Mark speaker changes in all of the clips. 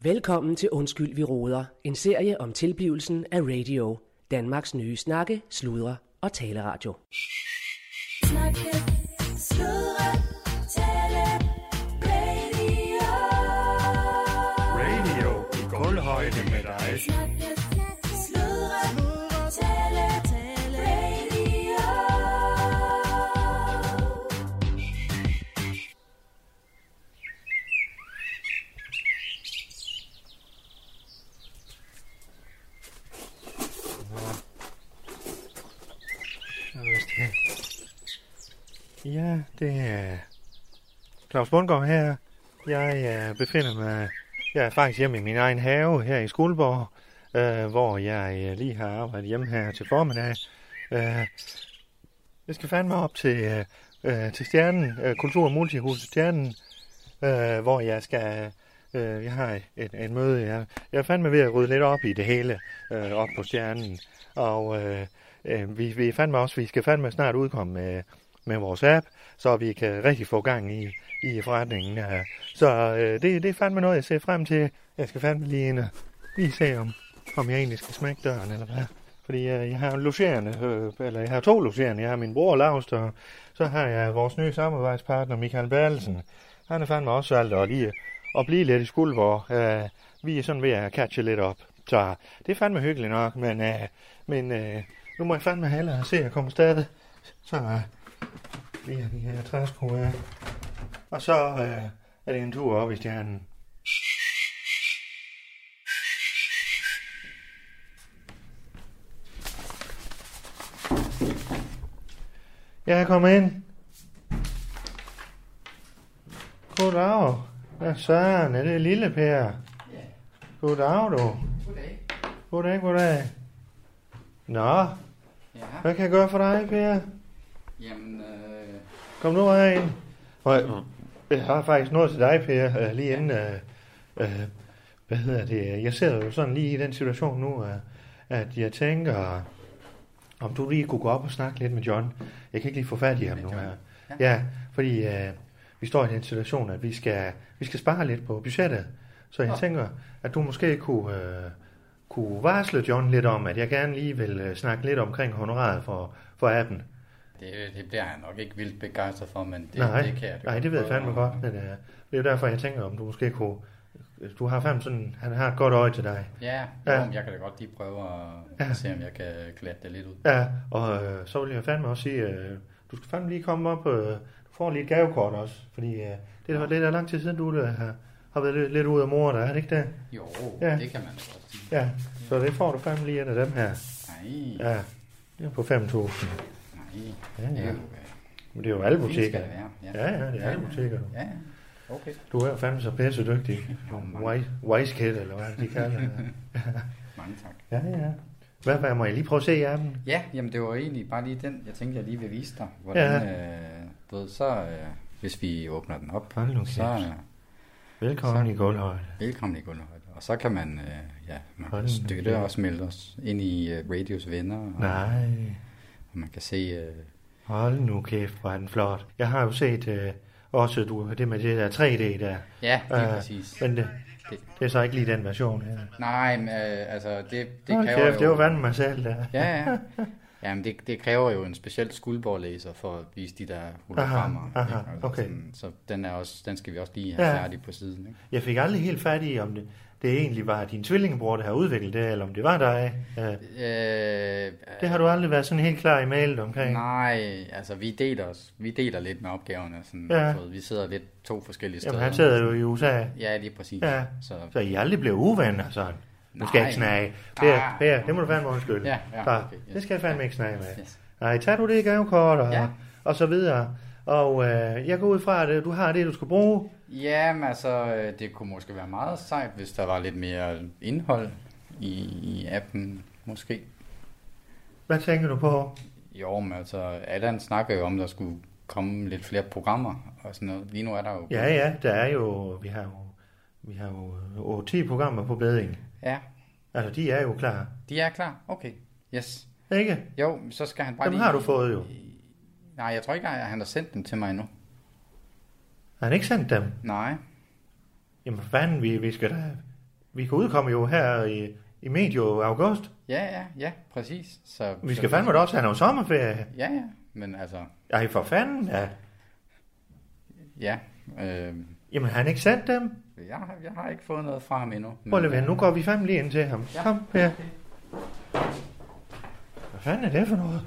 Speaker 1: Velkommen til Undskyld, vi råder. En serie om tilblivelsen af radio. Danmarks nye snakke, sludre og taleradio.
Speaker 2: Snakke, sludre, tale, radio.
Speaker 3: Radio i gulvhøjde med dig.
Speaker 2: Snakke, sludre, tale, tale, radio.
Speaker 3: Og hvis det- Ja, det er Claus Bundgaard her. Jeg øh, befinder mig... Jeg er faktisk hjemme i min egen have her i Skuldborg, øh, hvor jeg øh, lige har arbejdet hjemme her til formiddag. Øh, jeg skal fandme op til, øh, øh, til Stjernen, øh, Kultur- og Multihuset Stjernen, øh, hvor jeg skal... Øh, jeg har et, et møde. Jeg, jeg er fandme ved at rydde lidt op i det hele øh, op på Stjernen. Og... Øh, Øh, vi, vi, fandme også, vi skal fandme snart udkomme øh, med, med vores app, så vi kan rigtig få gang i, i forretningen. Øh. Så øh, det, det er fandme noget, jeg ser frem til. Jeg skal fandme lige ind og lige se, om, om jeg egentlig skal smække døren eller hvad. Fordi øh, jeg har en logerende, øh, eller jeg har to logerende. Jeg har min bror Laust, og så har jeg vores nye samarbejdspartner Michael Berlsen. Han er fandme også valgt at, lige, at blive lidt i skuld, hvor øh, vi er sådan ved at catche lidt op. Så det er fandme hyggeligt nok, men, øh, men øh, nu må jeg fandme hellere se, at jeg kommer stadig. Så øh, lige have de her træsko af. Og så øh, er det en tur op i stjernen. Jeg er kommet ind. Goddag. Hvad søren, er det lille Per? Goddag, du.
Speaker 4: Goddag.
Speaker 3: Goddag, goddag. Nå,
Speaker 4: Ja,
Speaker 3: hvad kan jeg gøre for dig, Per?
Speaker 4: jamen, øh,
Speaker 3: Kom nu herind. Og jeg- jeg har faktisk noget til dig, Per, øh, lige inden... Øh, øh, hvad hedder det? øh, Jeg sidder jo sådan lige i den situation nu, øh, at jeg tænker, om du lige kunne gå op og snakke lidt med John. Jeg kan ikke lige få fat i ham
Speaker 4: Med
Speaker 3: nu
Speaker 4: John?
Speaker 3: her.
Speaker 4: Ja.
Speaker 3: Ja, fordi øh, vi står i den situation, at vi skal, vi skal spare lidt på budgettet. Så jeg
Speaker 4: Nå.
Speaker 3: tænker, at du måske kunne, øh, kunne varsle John lidt om, at jeg gerne lige vil øh, snakke lidt omkring honoraret for, for appen.
Speaker 4: det, det bliver jeg nok ikke vildt begejstret for, men det,
Speaker 3: nej,
Speaker 4: det kan jeg da
Speaker 3: nej,
Speaker 4: godt
Speaker 3: det ved jeg
Speaker 4: prøve.
Speaker 3: fandme godt, men uh, det er jo derfor, jeg tænker, om du måske kunne... Du har fandme sådan... Han har et godt øje til dig.
Speaker 4: Ja,
Speaker 3: Ja.
Speaker 4: ja. Jo, men jeg kan da godt lige prøve at
Speaker 3: Ja.
Speaker 4: ja. se, om jeg kan glatte det lidt ud.
Speaker 3: Ja, og øh, så vil jeg fandme også sige, øh, du skal fandme lige komme op... Øh, du får lige et gavekort også, fordi øh, det er lidt lang tid siden, du øh, har, har været lidt, lidt ude af mor, der er det ikke det?
Speaker 4: Jo,
Speaker 3: Ja.
Speaker 4: ja. det kan man da godt sige.
Speaker 3: Ja, så det får du fandme lige en af dem her.
Speaker 4: Nej,
Speaker 3: Ja, det er på 5.000.
Speaker 4: nej,
Speaker 3: Ja,
Speaker 4: det
Speaker 3: ja.
Speaker 4: er jo øh,
Speaker 3: Men det er jo alle
Speaker 4: fint skal
Speaker 3: butikker.
Speaker 4: det være. Ja,
Speaker 3: Ja, ja, det er alle butikker. du.
Speaker 4: ja. okay.
Speaker 3: Du er jo fandme så pisse dygtig. Wise, wise kid, eller hvad de kalder det.
Speaker 4: Mange tak.
Speaker 3: Ja, ja. Hvad, hvad må jeg lige prøve at se appen?
Speaker 4: Ja, jamen det var egentlig bare lige den, jeg tænkte, jeg lige vil vise dig. Hvordan, ja. øh, du ved, så øh, hvis vi åbner den op,
Speaker 3: Hold nu
Speaker 4: så
Speaker 3: kæft.
Speaker 4: øh,
Speaker 3: Velkommen i gulvhøjde.
Speaker 4: Velkommen i Gunnarhøjde. Og så kan man, øh, ja, man
Speaker 3: Hold
Speaker 4: kan støtte
Speaker 3: da.
Speaker 4: og smelte os ind i øh, Radios venner. Og,
Speaker 3: Nej,
Speaker 4: og man kan se, øh,
Speaker 3: hold nu kæft, hvor er den flot. Jeg har jo set øh, også du, det med det der 3D der.
Speaker 4: ja, det er
Speaker 3: Øh,
Speaker 4: præcis.
Speaker 3: Men det,
Speaker 4: Det-
Speaker 3: det er så ikke lige den version her.
Speaker 4: Nej, men, øh, altså det, det
Speaker 3: Hold
Speaker 4: kræver
Speaker 3: kæft, det var
Speaker 4: jo...
Speaker 3: vandet mig selv der.
Speaker 4: Ja, ja. Jamen det, det kræver jo en speciel skuldborglæser for at vise de der hologrammer.
Speaker 3: Aha, aha,
Speaker 4: ikke? Altså
Speaker 3: okay.
Speaker 4: sådan, så den, er også, den skal vi også lige have
Speaker 3: Ja.
Speaker 4: færdig på siden. Ikke?
Speaker 3: Jeg fik aldrig helt fat i, om det, det egentlig var din tvillingebror, der har udviklet det, eller om det var dig. Øh,
Speaker 4: Øh,
Speaker 3: det har du aldrig været sådan helt klar i mailet omkring.
Speaker 4: Nej, altså vi deler, os, vi deler lidt med opgaverne. Sådan,
Speaker 3: Ja.
Speaker 4: du ved, vi sidder lidt to forskellige steder.
Speaker 3: Jamen, han sidder jo i USA.
Speaker 4: Ja, lige præcis.
Speaker 3: Ja.
Speaker 4: Så
Speaker 3: Så I aldrig blev uvenner, sådan. Du skal
Speaker 4: Nej.
Speaker 3: ikke snage. Per,
Speaker 4: Ah.
Speaker 3: per, det må du fandme undskylde.
Speaker 4: Ja, ja,
Speaker 3: Så,
Speaker 4: okay, yes.
Speaker 3: Det skal jeg fandme ikke snage med.
Speaker 4: Yes.
Speaker 3: Nej, tager du det gavekort og, ja.
Speaker 4: Ja.
Speaker 3: og så videre. Og øh, jeg går ud fra, at øh, du har det, du skal bruge.
Speaker 4: Jamen altså, øh, det kunne måske være meget sejt, hvis der var lidt mere indhold i, i appen, måske.
Speaker 3: Hvad tænker du på?
Speaker 4: Jo, men altså, Allan snakker jo om, der skulle komme lidt flere programmer og sådan noget. Lige nu er der jo...
Speaker 3: Ja, ja, der er jo, vi har jo, vi har jo øh, 10 programmer på beding.
Speaker 4: ja.
Speaker 3: Altså, de er jo klar.
Speaker 4: De er klar? Okay. Yes.
Speaker 3: Ikke?
Speaker 4: Jo, men så skal han bare
Speaker 3: Dem
Speaker 4: lige...
Speaker 3: har du fået jo.
Speaker 4: Nej, jeg tror ikke, at han har sendt dem til mig endnu.
Speaker 3: Har han ikke sendt dem?
Speaker 4: Nej.
Speaker 3: Jamen, for fanden, vi, vi skal da... Vi kan udkomme jo her i, i medio august.
Speaker 4: Ja, ja, ja, præcis. Så,
Speaker 3: Vi
Speaker 4: så-
Speaker 3: skal fandme da også have noget sommerferie.
Speaker 4: Ja, ja, men altså,
Speaker 3: Ej, for fanden ja.
Speaker 4: ja. Øh,
Speaker 3: Jamen, har han ikke sendt dem?
Speaker 4: jeg, har- jeg har ikke fået noget fra ham endnu. men-
Speaker 3: Prøv lige at vente, nu går vi fandme lige ind til ham.
Speaker 4: Ja.
Speaker 3: Kom, Per. Hvad fanden er det for noget?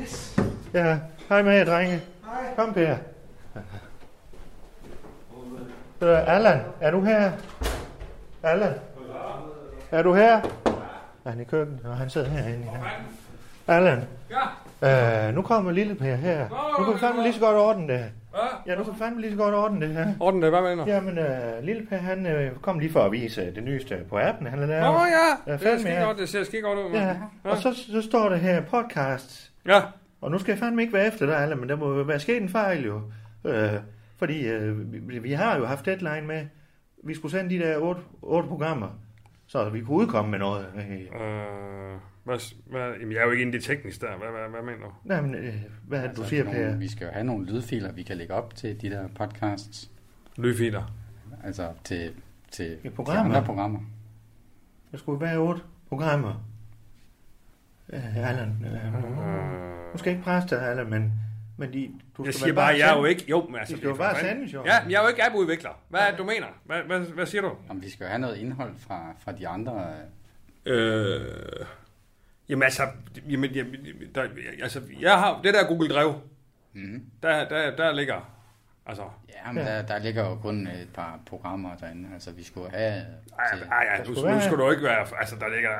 Speaker 5: Yes.
Speaker 3: Ja, hej med jer, drenge.
Speaker 5: Hej.
Speaker 3: Kom, Per. Øh, Allan, er du her? Allan? Er du her? Er han i køkkenet? Nå, han sidder herinde. Ja. Allan,
Speaker 6: Ja,
Speaker 3: øh, nu kommer lille Per her. Nu kan vi fandme lige så godt ordne det.
Speaker 6: ja.
Speaker 3: Ja, nu kan vi fandme lige så godt ordne det her.
Speaker 6: Orden det, hvad mener du?
Speaker 3: Jamen, øh, lille Per, han øh, kom lige for at vise øh, det nyeste på appen, han har lavet.
Speaker 6: Nå ja,
Speaker 3: Ja,
Speaker 6: det,
Speaker 3: fandme,
Speaker 6: er skide
Speaker 3: ja.
Speaker 6: godt, det ser skide godt ud, mand.
Speaker 3: Ja, og så, så står der her podcast.
Speaker 6: Ja,
Speaker 3: Og nu skal jeg fandme ikke være efter dig, Allan, men der må jo være sket en fejl jo. Øh, fordi øh, vi, vi har jo haft deadline med, vi skulle sende de der otte, otte programmer, så vi kunne udkomme med noget. Øh,
Speaker 6: øh, hvad, s- hvad, jamen, jeg er jo ikke inde i det tekniske der, hvad, hvad, hvad mener du?
Speaker 3: Nej, men øh, hvad er det, du
Speaker 4: altså,
Speaker 3: siger,
Speaker 4: nogle,
Speaker 3: Per?
Speaker 4: Vi skal jo have nogle lydfiler, vi kan lægge op til de der podcasts.
Speaker 6: Lydfiler.
Speaker 4: Altså til, til,
Speaker 3: Ja,
Speaker 4: til
Speaker 3: programmer.
Speaker 4: andre programmer.
Speaker 3: Der skulle være otte programmer. Øh, Allan, øh,
Speaker 6: Øh,
Speaker 3: nu skal jeg ikke presse dig, Allan, men, men de, du skal
Speaker 6: jeg siger
Speaker 3: vel
Speaker 6: bare, jeg er jo
Speaker 3: sende-
Speaker 6: ikke... Jo, men altså...
Speaker 3: Det skal jo
Speaker 6: for
Speaker 3: bare
Speaker 6: fanden-
Speaker 3: sendes, jo.
Speaker 6: Ja, men jeg er jo ikke appudvikler. Hvad er det, du mener? Hvad, hvad, hvad siger du?
Speaker 4: Om vi skal jo have noget indhold fra, fra de andre. øh,
Speaker 6: Øh, jamen altså, jamen, jamen, der, altså, jeg har det der Google Drive,
Speaker 4: Mhm.
Speaker 6: der, der, der ligger, altså,
Speaker 4: Ja, men
Speaker 3: Ja.
Speaker 4: ja. Der, der ligger jo kun et par programmer derinde. Altså vi skulle have... øh,
Speaker 6: ej,
Speaker 4: til-
Speaker 6: ej, ej, nu,
Speaker 3: skulle være-
Speaker 6: nu skal du ikke være, altså, der ligger,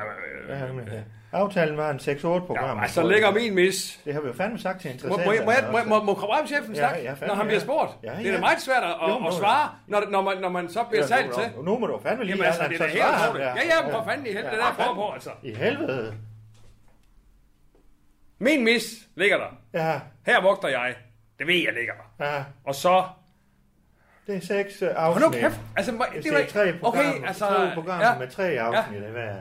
Speaker 3: Ja,
Speaker 6: øh,
Speaker 3: men,
Speaker 6: øh,
Speaker 3: øh, aftalen var en 6-8 program.
Speaker 6: ja, altså, ligger min mis,
Speaker 3: Det har vi jo fandme sagt til
Speaker 6: Må,
Speaker 3: interessenter.
Speaker 6: må, jeg- må, jeg- må,
Speaker 3: også.
Speaker 6: må, må konkurrencechefen
Speaker 3: Ja,
Speaker 6: snakke,
Speaker 3: ja,
Speaker 6: ja,
Speaker 3: fandme,
Speaker 6: når han
Speaker 3: ja.
Speaker 6: bliver spurgt?
Speaker 3: Ja,
Speaker 6: Det er
Speaker 3: ja.
Speaker 6: da meget svært at, at,
Speaker 3: Jo, må
Speaker 6: at
Speaker 3: det.
Speaker 6: når, når, når, man, når man så bliver
Speaker 3: Ja,
Speaker 6: sat
Speaker 3: nu-
Speaker 6: til.
Speaker 3: Nu må du fandme lige
Speaker 6: Jamen altså,
Speaker 3: Allan,
Speaker 6: det er da
Speaker 3: så
Speaker 6: helt
Speaker 3: svare ham
Speaker 6: utroligt.
Speaker 3: der.
Speaker 6: Ja, ja, men for fanden i helvede, det der foregår, altså.
Speaker 3: I helvede.
Speaker 6: Min mis ligger der.
Speaker 3: Ja,
Speaker 6: Her vogter jeg. Det ved jeg ligger der.
Speaker 3: ja.
Speaker 6: Og så...
Speaker 3: Det er seks øh,
Speaker 6: Og
Speaker 3: afsnit.
Speaker 6: nu kæft, altså, må-
Speaker 3: Hvis
Speaker 6: det
Speaker 3: det
Speaker 6: var
Speaker 3: er tre programmer,
Speaker 6: Okay, altså,
Speaker 3: tre programmer ja. med tre afsnit ja. hver.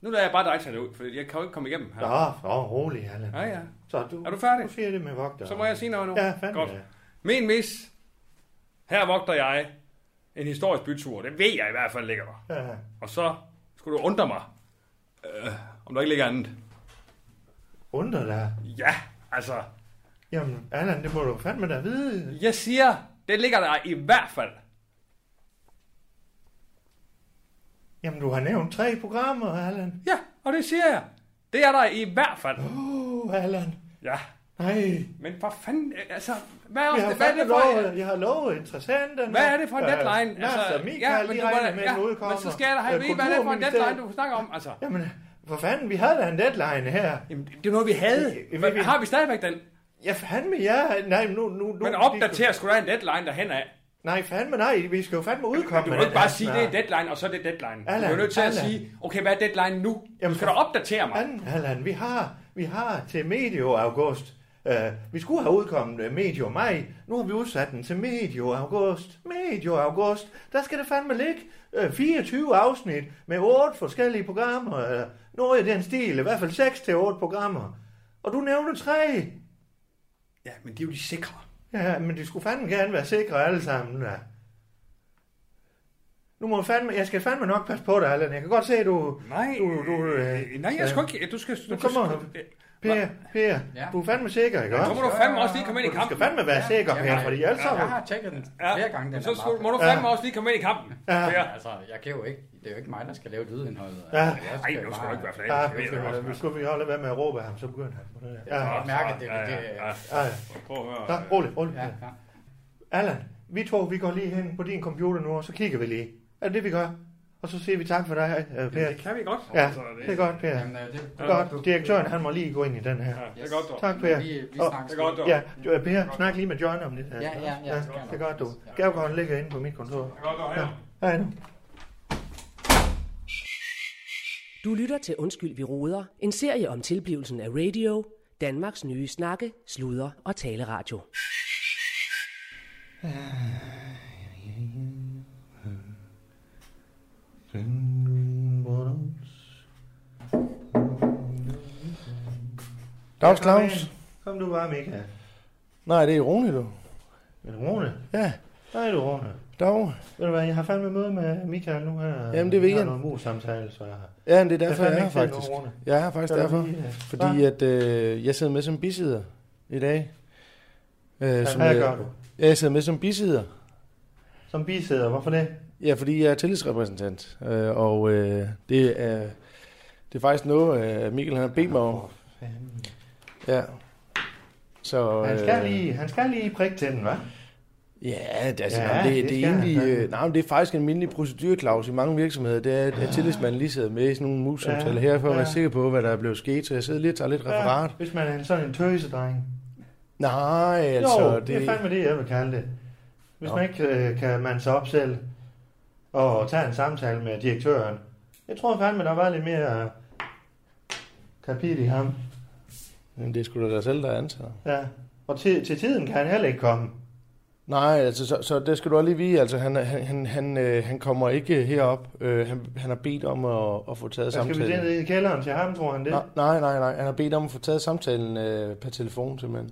Speaker 6: nu lader jeg bare dig tage det ud, for jeg kan jo ikke komme igennem her.
Speaker 3: Nå, nå, rolig, Allan.
Speaker 6: Ja, ja.
Speaker 3: Så du,
Speaker 6: Er du færdig?
Speaker 3: Du siger det med vogter.
Speaker 6: Så må jeg sige noget nu.
Speaker 3: Ja, fandme.
Speaker 6: Godt.
Speaker 3: Godt.
Speaker 6: Min mis. Her vogter jeg en historisk bytur. Det ved jeg i hvert fald ligger der.
Speaker 3: Ja.
Speaker 6: Og så skulle du undre mig, øh, om der ikke ligger andet.
Speaker 3: Undrer dig.
Speaker 6: Ja, altså,
Speaker 3: Jamen, Allan, det må du fandme da vide.
Speaker 6: jeg siger, det ligger der i hvert fald.
Speaker 3: Jamen, du har nævnt tre programmer, Allan.
Speaker 6: Ja, og det siger jeg. Det er der i hvert fald.
Speaker 3: Uh, Allan.
Speaker 6: Ja,
Speaker 3: Nej,
Speaker 6: men for fanden, øh, altså, hvad er,
Speaker 3: jeg har,
Speaker 6: det, hvad er det
Speaker 3: fandme
Speaker 6: for...
Speaker 3: lovet, jeg har lovet interessanterne.
Speaker 6: Hvad er det for en deadline?
Speaker 3: Altså, Mads og Michael, ja, men de
Speaker 6: du må da-
Speaker 3: regner med, at den udkommer.
Speaker 6: men så skal jeg da have
Speaker 3: Øh,
Speaker 6: at vide, hvad er det for en
Speaker 3: Kulturministeriet-
Speaker 6: deadline, du snakker om, altså.
Speaker 3: Jamen, for fanden, vi havde da en deadline her.
Speaker 6: Jamen, det er noget, vi havde.
Speaker 3: Jamen,
Speaker 6: Hvad,
Speaker 3: vi-
Speaker 6: har vi stadigvæk den?
Speaker 3: Ja, fandme ja. Nej, nu... nu, nu
Speaker 6: Men opdater skulle der en deadline derhen af.
Speaker 3: Nej, fandme nej. Vi skal jo fandme udkomme.
Speaker 6: Du kan jo ikke bare sige, det er deadline, og så er det deadline. Du
Speaker 3: Allan,
Speaker 6: er jo nødt til at
Speaker 3: Allan.
Speaker 6: sige, okay, hvad er deadline nu?
Speaker 3: Jamen,
Speaker 6: Du skal
Speaker 3: for-
Speaker 6: da opdatere mig.
Speaker 3: Anden, Allan, vi har, vi har til medio august. Uh, vi skulle have udkommet øh, medio maj. Nu har vi udsat den til medio august. Medio august. Der skal det fandme ligge uh, 24 afsnit med otte forskellige programmer. Uh, noget i den stil. I hvert fald 6 til 8 programmer. Og du nævner tre.
Speaker 6: Ja, men det er jo de sikre.
Speaker 3: Ja, men de skulle fandme gerne være sikre alle sammen, da. Nu må jeg fandme, jeg skal fandme nok passe på dig, Allan. Jeg kan godt se, at du...
Speaker 6: Nej,
Speaker 3: du, du
Speaker 6: øh, nej, jeg skal ikke. Du skal... Du,
Speaker 3: Nu kommer
Speaker 6: skal-
Speaker 3: han.
Speaker 6: øh,
Speaker 3: Per, Per,
Speaker 4: Ja.
Speaker 3: du er fandme sikker, ikke
Speaker 6: Så må
Speaker 3: også?
Speaker 6: du fandme også lige komme ind i
Speaker 3: Du skal
Speaker 6: kampen.
Speaker 3: fandme være sikker, Per,
Speaker 4: Jamen,
Speaker 3: fordi
Speaker 4: jeg,
Speaker 3: ellers
Speaker 4: jeg, jeg
Speaker 3: så...
Speaker 4: har tjekket den flere gange. Den
Speaker 6: så
Speaker 4: er
Speaker 6: skal,
Speaker 4: meget
Speaker 6: må du
Speaker 4: fed.
Speaker 6: fandme også lige komme ind i kampen.
Speaker 3: Ja.
Speaker 6: Per.
Speaker 4: Altså, jeg kan jo ikke... Det er jo ikke mig, der skal lave lydindholdet.
Speaker 3: Ja.
Speaker 4: Altså, jeg
Speaker 6: Nej,
Speaker 4: jo
Speaker 6: nu skal
Speaker 4: bare-
Speaker 6: du ikke være
Speaker 3: Ja,
Speaker 6: flag. Det ved jeg da godt.
Speaker 3: vi skulle vi holde være med at råbe af ham, så begynder han på det der. Ja,
Speaker 4: Jeg
Speaker 3: ja,
Speaker 4: kan mærke, at det,
Speaker 6: Ja, ja,
Speaker 4: det,
Speaker 6: ja.
Speaker 3: ja.
Speaker 6: Prøv at høre.
Speaker 3: Så, rolig, rolig.
Speaker 4: Ja,
Speaker 3: Per.
Speaker 4: ja.
Speaker 3: Allan, vi to, vi går lige hen på din computer nu, og så kigger vi lige. Er det det, vi gør? Og så siger vi tak for dig, øh,
Speaker 6: Jamen,
Speaker 3: Per.
Speaker 6: Det kan vi godt.
Speaker 3: Ja,
Speaker 6: Altså,
Speaker 3: det er godt, Per.
Speaker 4: Jamen, øh, det,
Speaker 3: Godt, direktøren, han må lige gå ind i den her.
Speaker 6: Ja, det er godt, dog.
Speaker 3: Tak, Per.
Speaker 4: Vi, vi
Speaker 3: Og-
Speaker 4: snakkes.
Speaker 6: Det er godt, dog.
Speaker 3: Ja, du, øh, Per, snak lige med John om det. her.
Speaker 4: Ja, ja, ja.
Speaker 3: det er godt, du. Gavgården ligger inde på mit kontor.
Speaker 6: Det er godt, dog. Ja.
Speaker 3: Hej nu.
Speaker 1: Du lytter til Undskyld, vi roder. En serie om tilblivelsen af radio. Danmarks nye snakke, sludre og taleradio.
Speaker 7: Dags Claus?
Speaker 3: Kom du bare, Mika.
Speaker 7: Nej, det er Rune, du.
Speaker 3: Men Rune?
Speaker 7: Ja.
Speaker 3: Nej, du Rune.
Speaker 7: Dag.
Speaker 3: Ved du hvad, jeg har fandme møde med Michael nu her.
Speaker 7: Jamen, det er
Speaker 3: Vi har
Speaker 7: weekend.
Speaker 3: noget mus-samtale, så jeg har...
Speaker 7: Ja, men det er
Speaker 3: Jeg
Speaker 7: derfor,
Speaker 3: fandt
Speaker 7: jeg er her
Speaker 3: ikke selv
Speaker 7: faktisk.
Speaker 3: ordene.
Speaker 7: Jeg er her faktisk
Speaker 3: Kan du
Speaker 7: derfor.
Speaker 3: lige, øh,
Speaker 7: Fordi at øh, jeg sidder med som bisider i dag. Øh,
Speaker 3: Hvad hvad gør du?
Speaker 7: Ja, jeg sidder med som bisider.
Speaker 3: Som bisæder, hvorfor det?
Speaker 7: Ja, fordi jeg er tillidsrepræsentant. Øh, og øh, det, er, det er faktisk noget, øh, Mikkel han har bedt mig om.
Speaker 3: Fanden.
Speaker 7: Ja. Så,
Speaker 3: Han skal
Speaker 7: øh,
Speaker 3: lige, han skal lige prikke til den, hva'?
Speaker 7: Ja, det, er altså,
Speaker 3: Ja,
Speaker 7: ja, det,
Speaker 3: det
Speaker 7: det, det,
Speaker 3: skal
Speaker 7: er egentlig,
Speaker 3: han.
Speaker 7: øh, nej, men det er faktisk en almindelig procedurklaus i mange virksomheder. Det er, at, at tillidsmanden lige sidder med i sådan nogle mus-samtaler her, for at
Speaker 3: Ja,
Speaker 7: være
Speaker 3: ja.
Speaker 7: sikker på, hvad der er blevet sket. Så jeg sidder lige og tager lidt referat.
Speaker 3: Ja, hvis man er en sådan en tøsedreng.
Speaker 7: Nej, altså...
Speaker 3: Altså, jo, det... det er fandme det, jeg vil kalde det. Hvis
Speaker 7: Nå.
Speaker 3: man ikke øh, kan man sig op selv og tage en samtale med direktøren. Jeg tror fandme, der var lidt mere kapit i ham.
Speaker 7: Jamen, det er sgu da dig selv, der er ansvar.
Speaker 3: Ja. Og til, til tiden kan han heller ikke komme.
Speaker 7: Nej, altså, så, så det skal du også lige vide. Altså, han, han, han, han, øh, han kommer ikke herop. Øh, han, han har bedt om at, at få taget
Speaker 3: Så skal vi
Speaker 7: samtalen.
Speaker 3: ned i kælderen til ham, tror han det?
Speaker 7: Nej, nej, nej, nej. Han har bedt om at få taget samtalen øh, per telefon, simpelthen.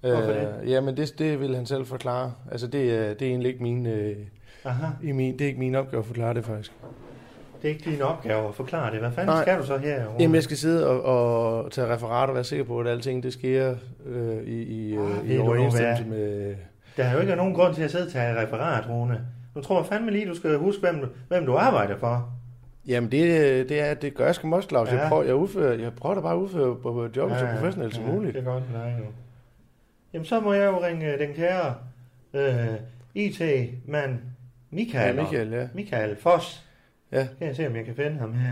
Speaker 3: Hvorfor det?
Speaker 7: Øh, ja, men det, det vil han selv forklare. Altså, det, er, det er egentlig ikke min, øh,
Speaker 3: Aha.
Speaker 7: i min, det er ikke min opgave at forklare det, faktisk.
Speaker 3: Det er ikke din opgave at forklare det. Hvad fanden
Speaker 7: Nej.
Speaker 3: skal du så her? Rune?
Speaker 7: Jamen, jeg skal sidde og, og tage referat og være sikker på, at alting det sker øh, i, i,
Speaker 3: Ah,
Speaker 7: øh,
Speaker 3: ved
Speaker 7: i
Speaker 3: du nu,
Speaker 7: overensstemmelse
Speaker 3: hvad?
Speaker 7: med...
Speaker 3: Der er jo ikke nogen grund til at sidde og tage referat, Rune. Nu tror jeg fandme lige, du skal huske, hvem du, hvem du arbejder for.
Speaker 7: Jamen, det, det, er, det gør jeg sgu også, Claus. Ja.
Speaker 3: Ja.
Speaker 7: Jeg, prøver, jeg, udfører, jeg prøver da bare at udføre på- på jobbet ja, så professionelt som muligt.
Speaker 3: Det er godt for dig nu. Jamen, så må jeg jo ringe øh, den kære øh, IT-mand
Speaker 7: Ja,
Speaker 3: Michael. op.
Speaker 7: Michael, ja.
Speaker 3: Michael Foss.
Speaker 7: Ja.
Speaker 3: Kan jeg se, om jeg kan finde ham her?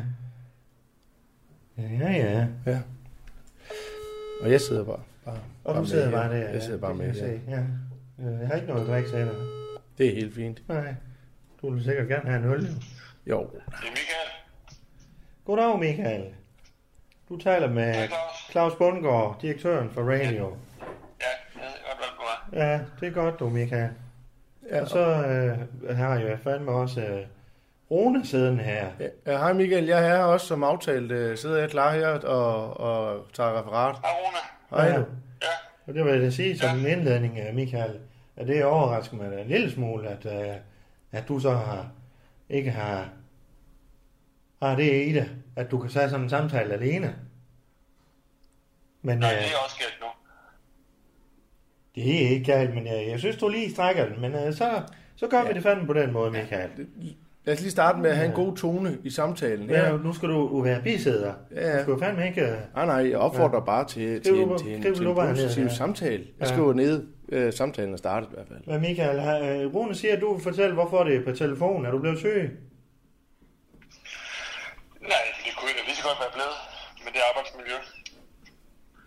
Speaker 3: Ja, ja, ja.
Speaker 7: Og jeg sidder bare. bare
Speaker 3: Og
Speaker 7: bare
Speaker 3: du
Speaker 7: med
Speaker 3: sidder
Speaker 7: her.
Speaker 3: bare der. ja.
Speaker 7: Jeg sidder bare
Speaker 3: Det kan
Speaker 7: med, ja.
Speaker 3: Jeg, se, ja. Øh, jeg har ikke noget at drikke til dig.
Speaker 7: Det er helt fint.
Speaker 3: Nej. Du vil sikkert gerne have en øl. jo.
Speaker 7: Jo.
Speaker 3: Goddag, Michael. Du taler med Claus Bundgaard, direktøren for Radio. Ja, det er godt, du, Michael.
Speaker 7: Ja,
Speaker 3: Og så øh, har jeg fandme også øh, Rune siden her.
Speaker 7: Ja, ja, hej Michael, jeg er her også som aftalt. øh, Sidder jeg klar her og, og tager referat?
Speaker 8: Hej Rune.
Speaker 7: Hej
Speaker 3: Ja.
Speaker 7: du.
Speaker 3: Og det vil jeg da sige som en indledning, øh, Michael, at det overrasker mig da en lille smule, at, øh, at du så har, ikke har, har det i dig, at du kan tage sådan en samtale alene. Men
Speaker 8: Nej,
Speaker 3: øh,
Speaker 8: det er også galt nu.
Speaker 3: det er ikke galt, men øh, jeg synes, du lige strækker den. Men øh, så, så gør ja. vi det fandme på den måde, Michael.
Speaker 7: Lad os lige starte med at have en god tone i samtalen.
Speaker 3: Ja, nu skal du, du være bisæder.
Speaker 7: Ja.
Speaker 3: Du skal jo fandme ikke... Øh,
Speaker 7: Nej, nej, jeg opfordrer ja. bare til, til,
Speaker 3: Skriv
Speaker 7: en,
Speaker 3: nu-
Speaker 7: til, en,
Speaker 3: skriv
Speaker 7: til
Speaker 3: nu
Speaker 7: en
Speaker 3: bare ned,
Speaker 7: positiv
Speaker 3: ja.
Speaker 7: samtale. Jeg
Speaker 3: Ja.
Speaker 7: skriver ned, øh, samtalen er startet i hvert fald.
Speaker 3: Hvad Michael, har- øh, Rune siger, at du fortæller, hvorfor det er på telefon. Er du blevet syg?
Speaker 8: Nej, det kunne jeg da lige så godt være blevet med det arbejdsmiljø.